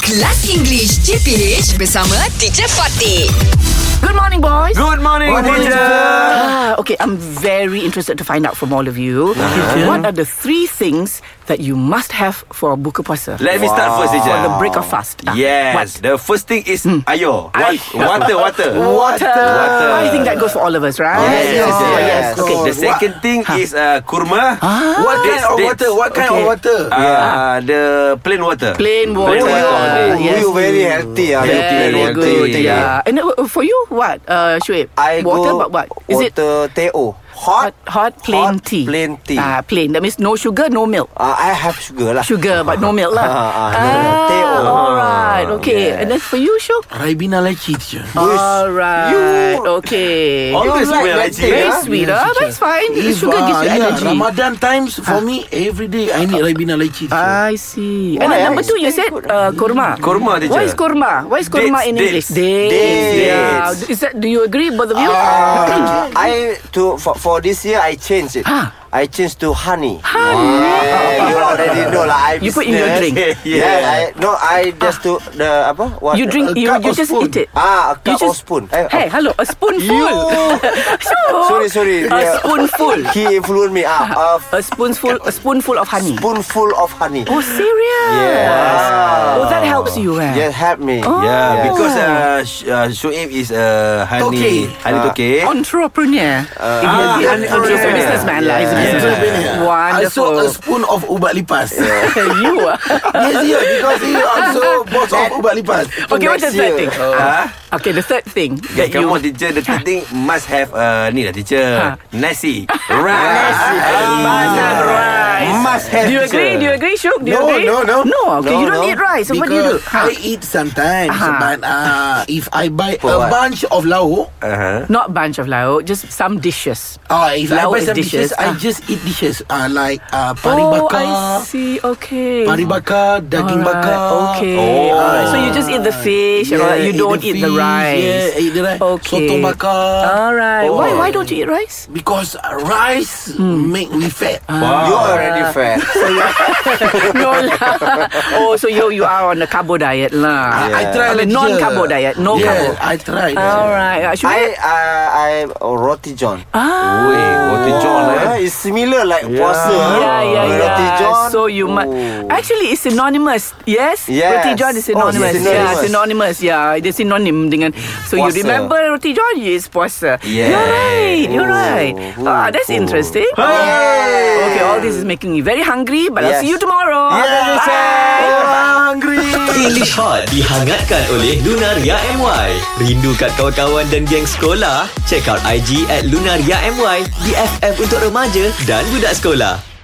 Kelas English CPH bersama Teacher Fatih. Good morning, boys. Good morning, teacher. Ah, okay, I'm very interested to find out from all of you what are the three things that you must have for a buka puasa? Let me start first, teacher. for the break of fast. Ah, what? Yes. The first thing is Hmm. ayo. Wa- Water, water. Water. Water. I think that goes for all of us, right? Yes, yes, Oh, yes. yes. Okay. The second thing is uh, kurma. Ah. What kind Dates, of dates. water? What kind of Okay. water? Uh, The plain water. Plain water. water. Ah, yes. Oh, you very healthy. ah. Very Very Very healthy, good. healthy. Yeah. And uh, for you, what, uh, Shuib? I water, go but what? Is it water teh hot, Hot. hot plain tea? plain tea. Ah, plain. That means no sugar, no milk. Ah, I have sugar lah. Sugar, but no milk lah. Ah, ah, no, no, teh Ah, oh. alright. Okay. Yes. And then for you, Syuk? Raibina lychee teacher. Alright. You- Okay. Always like wear that lychee. thing, Very yeah? sweet, ah. That's fine. If, Sugar ah, gives you yeah, energy. Ramadan times for me every day I need Raibina lychee teacher. I see. and Why, then ah? number two, you It's said very good. uh, korma. Kurma, teacher. What is korma? What is korma Dates, in English? dates. Dates. Yeah. Dates. Is that? Do you agree, both of you? Ah, I to for, for this year I changed it. Ah. I changed to honey. Honey. Yeah, you already know lah. I You put in your drink. Ah. business. Yeah. Yeah. I, no, I just to the apa? What? You drink. a You, cup you or just spoon? eat it. Ah, a You cup or just- spoon. Eh, Hey, hello, a spoonful. Syuk. Sorry, sorry. A Yeah. spoonful. He influenced me. Ah, a A spoonful. A spoonful of honey. spoonful of honey. Oh, serious? Yes. Oh, that helps you, eh? Yes, help me. Yeah, Yes. because uh, Sh- uh, Shuib is uh, honey. Toke. Honey toke. Oh, entrepreneur. ah, He's a entrepreneur. businessman lah. He's a Uh, Yeah. businessman. I saw a Wonderful. spoon of ubat lipas. yes, you ah. yeah, because he also boss of ubat lipas. Okay, what's the Next third thing? year. Ah. Okay, the third thing Yeah, that come you on, teacher. The third thing must have uh, ni lah, Ha. teacher. Nasi. Rice. Nasi. Banana rice. Must have. Do you agree? Do you agree, Shuk? Do you No, agree? no, no. No, okay, No, you don't no. eat rice. So what do you do? Because Huh? I eat sometimes, Ah. but uh, if I buy For a what? bunch of lao, Uh-huh. Not bunch of lao, just some dishes. uh, if Lao I buy is some dishes, dishes, I ah. just eat dishes uh, like uh, pari Oh, bakar, I see. Okay. pari bakar, daging Alright, bakar. Okay. Oh. Alright. So you just eat the fish. and all that. Yeah, You eat don't the eat the fish, rice. yeah, eat the rice. Okay. Ah. Sotong bakar. Alright. Why? Oh. Why don't you eat rice? Because rice Hmm. make me fat. Ah. You already fat. no lah. Oh, so you you are on a carbo diet lah. I, I try On a like non-carbo diet, no yeah, carbo. I try. Alright. Uh, Should I we? I I oh, roti john. Ah. Ui, roti john eh. Yeah, it's similar like puasa. Yeah, yeah, Oh. Roti yeah. john. So you must. Oh. Actually, it's synonymous. Yes. Yes. Roti John is Oh, synonymous. it's Yeah, synonymous. synonymous. Yeah, it's synonym dengan. So you Puasa. remember Roti John is puasa. Yeah. You're right. You're Ooh, right. ooh, Ah, that's ooh. interesting. Oh. Hey! Okay, all this is making me very hungry, but I'll Yes. see you tomorrow. Yes, Bye. English Hot dihangatkan oleh Lunaria MY. Rindu kat kawan-kawan dan geng sekolah? Check out IG at Lunaria MY, BFF untuk remaja dan budak sekolah.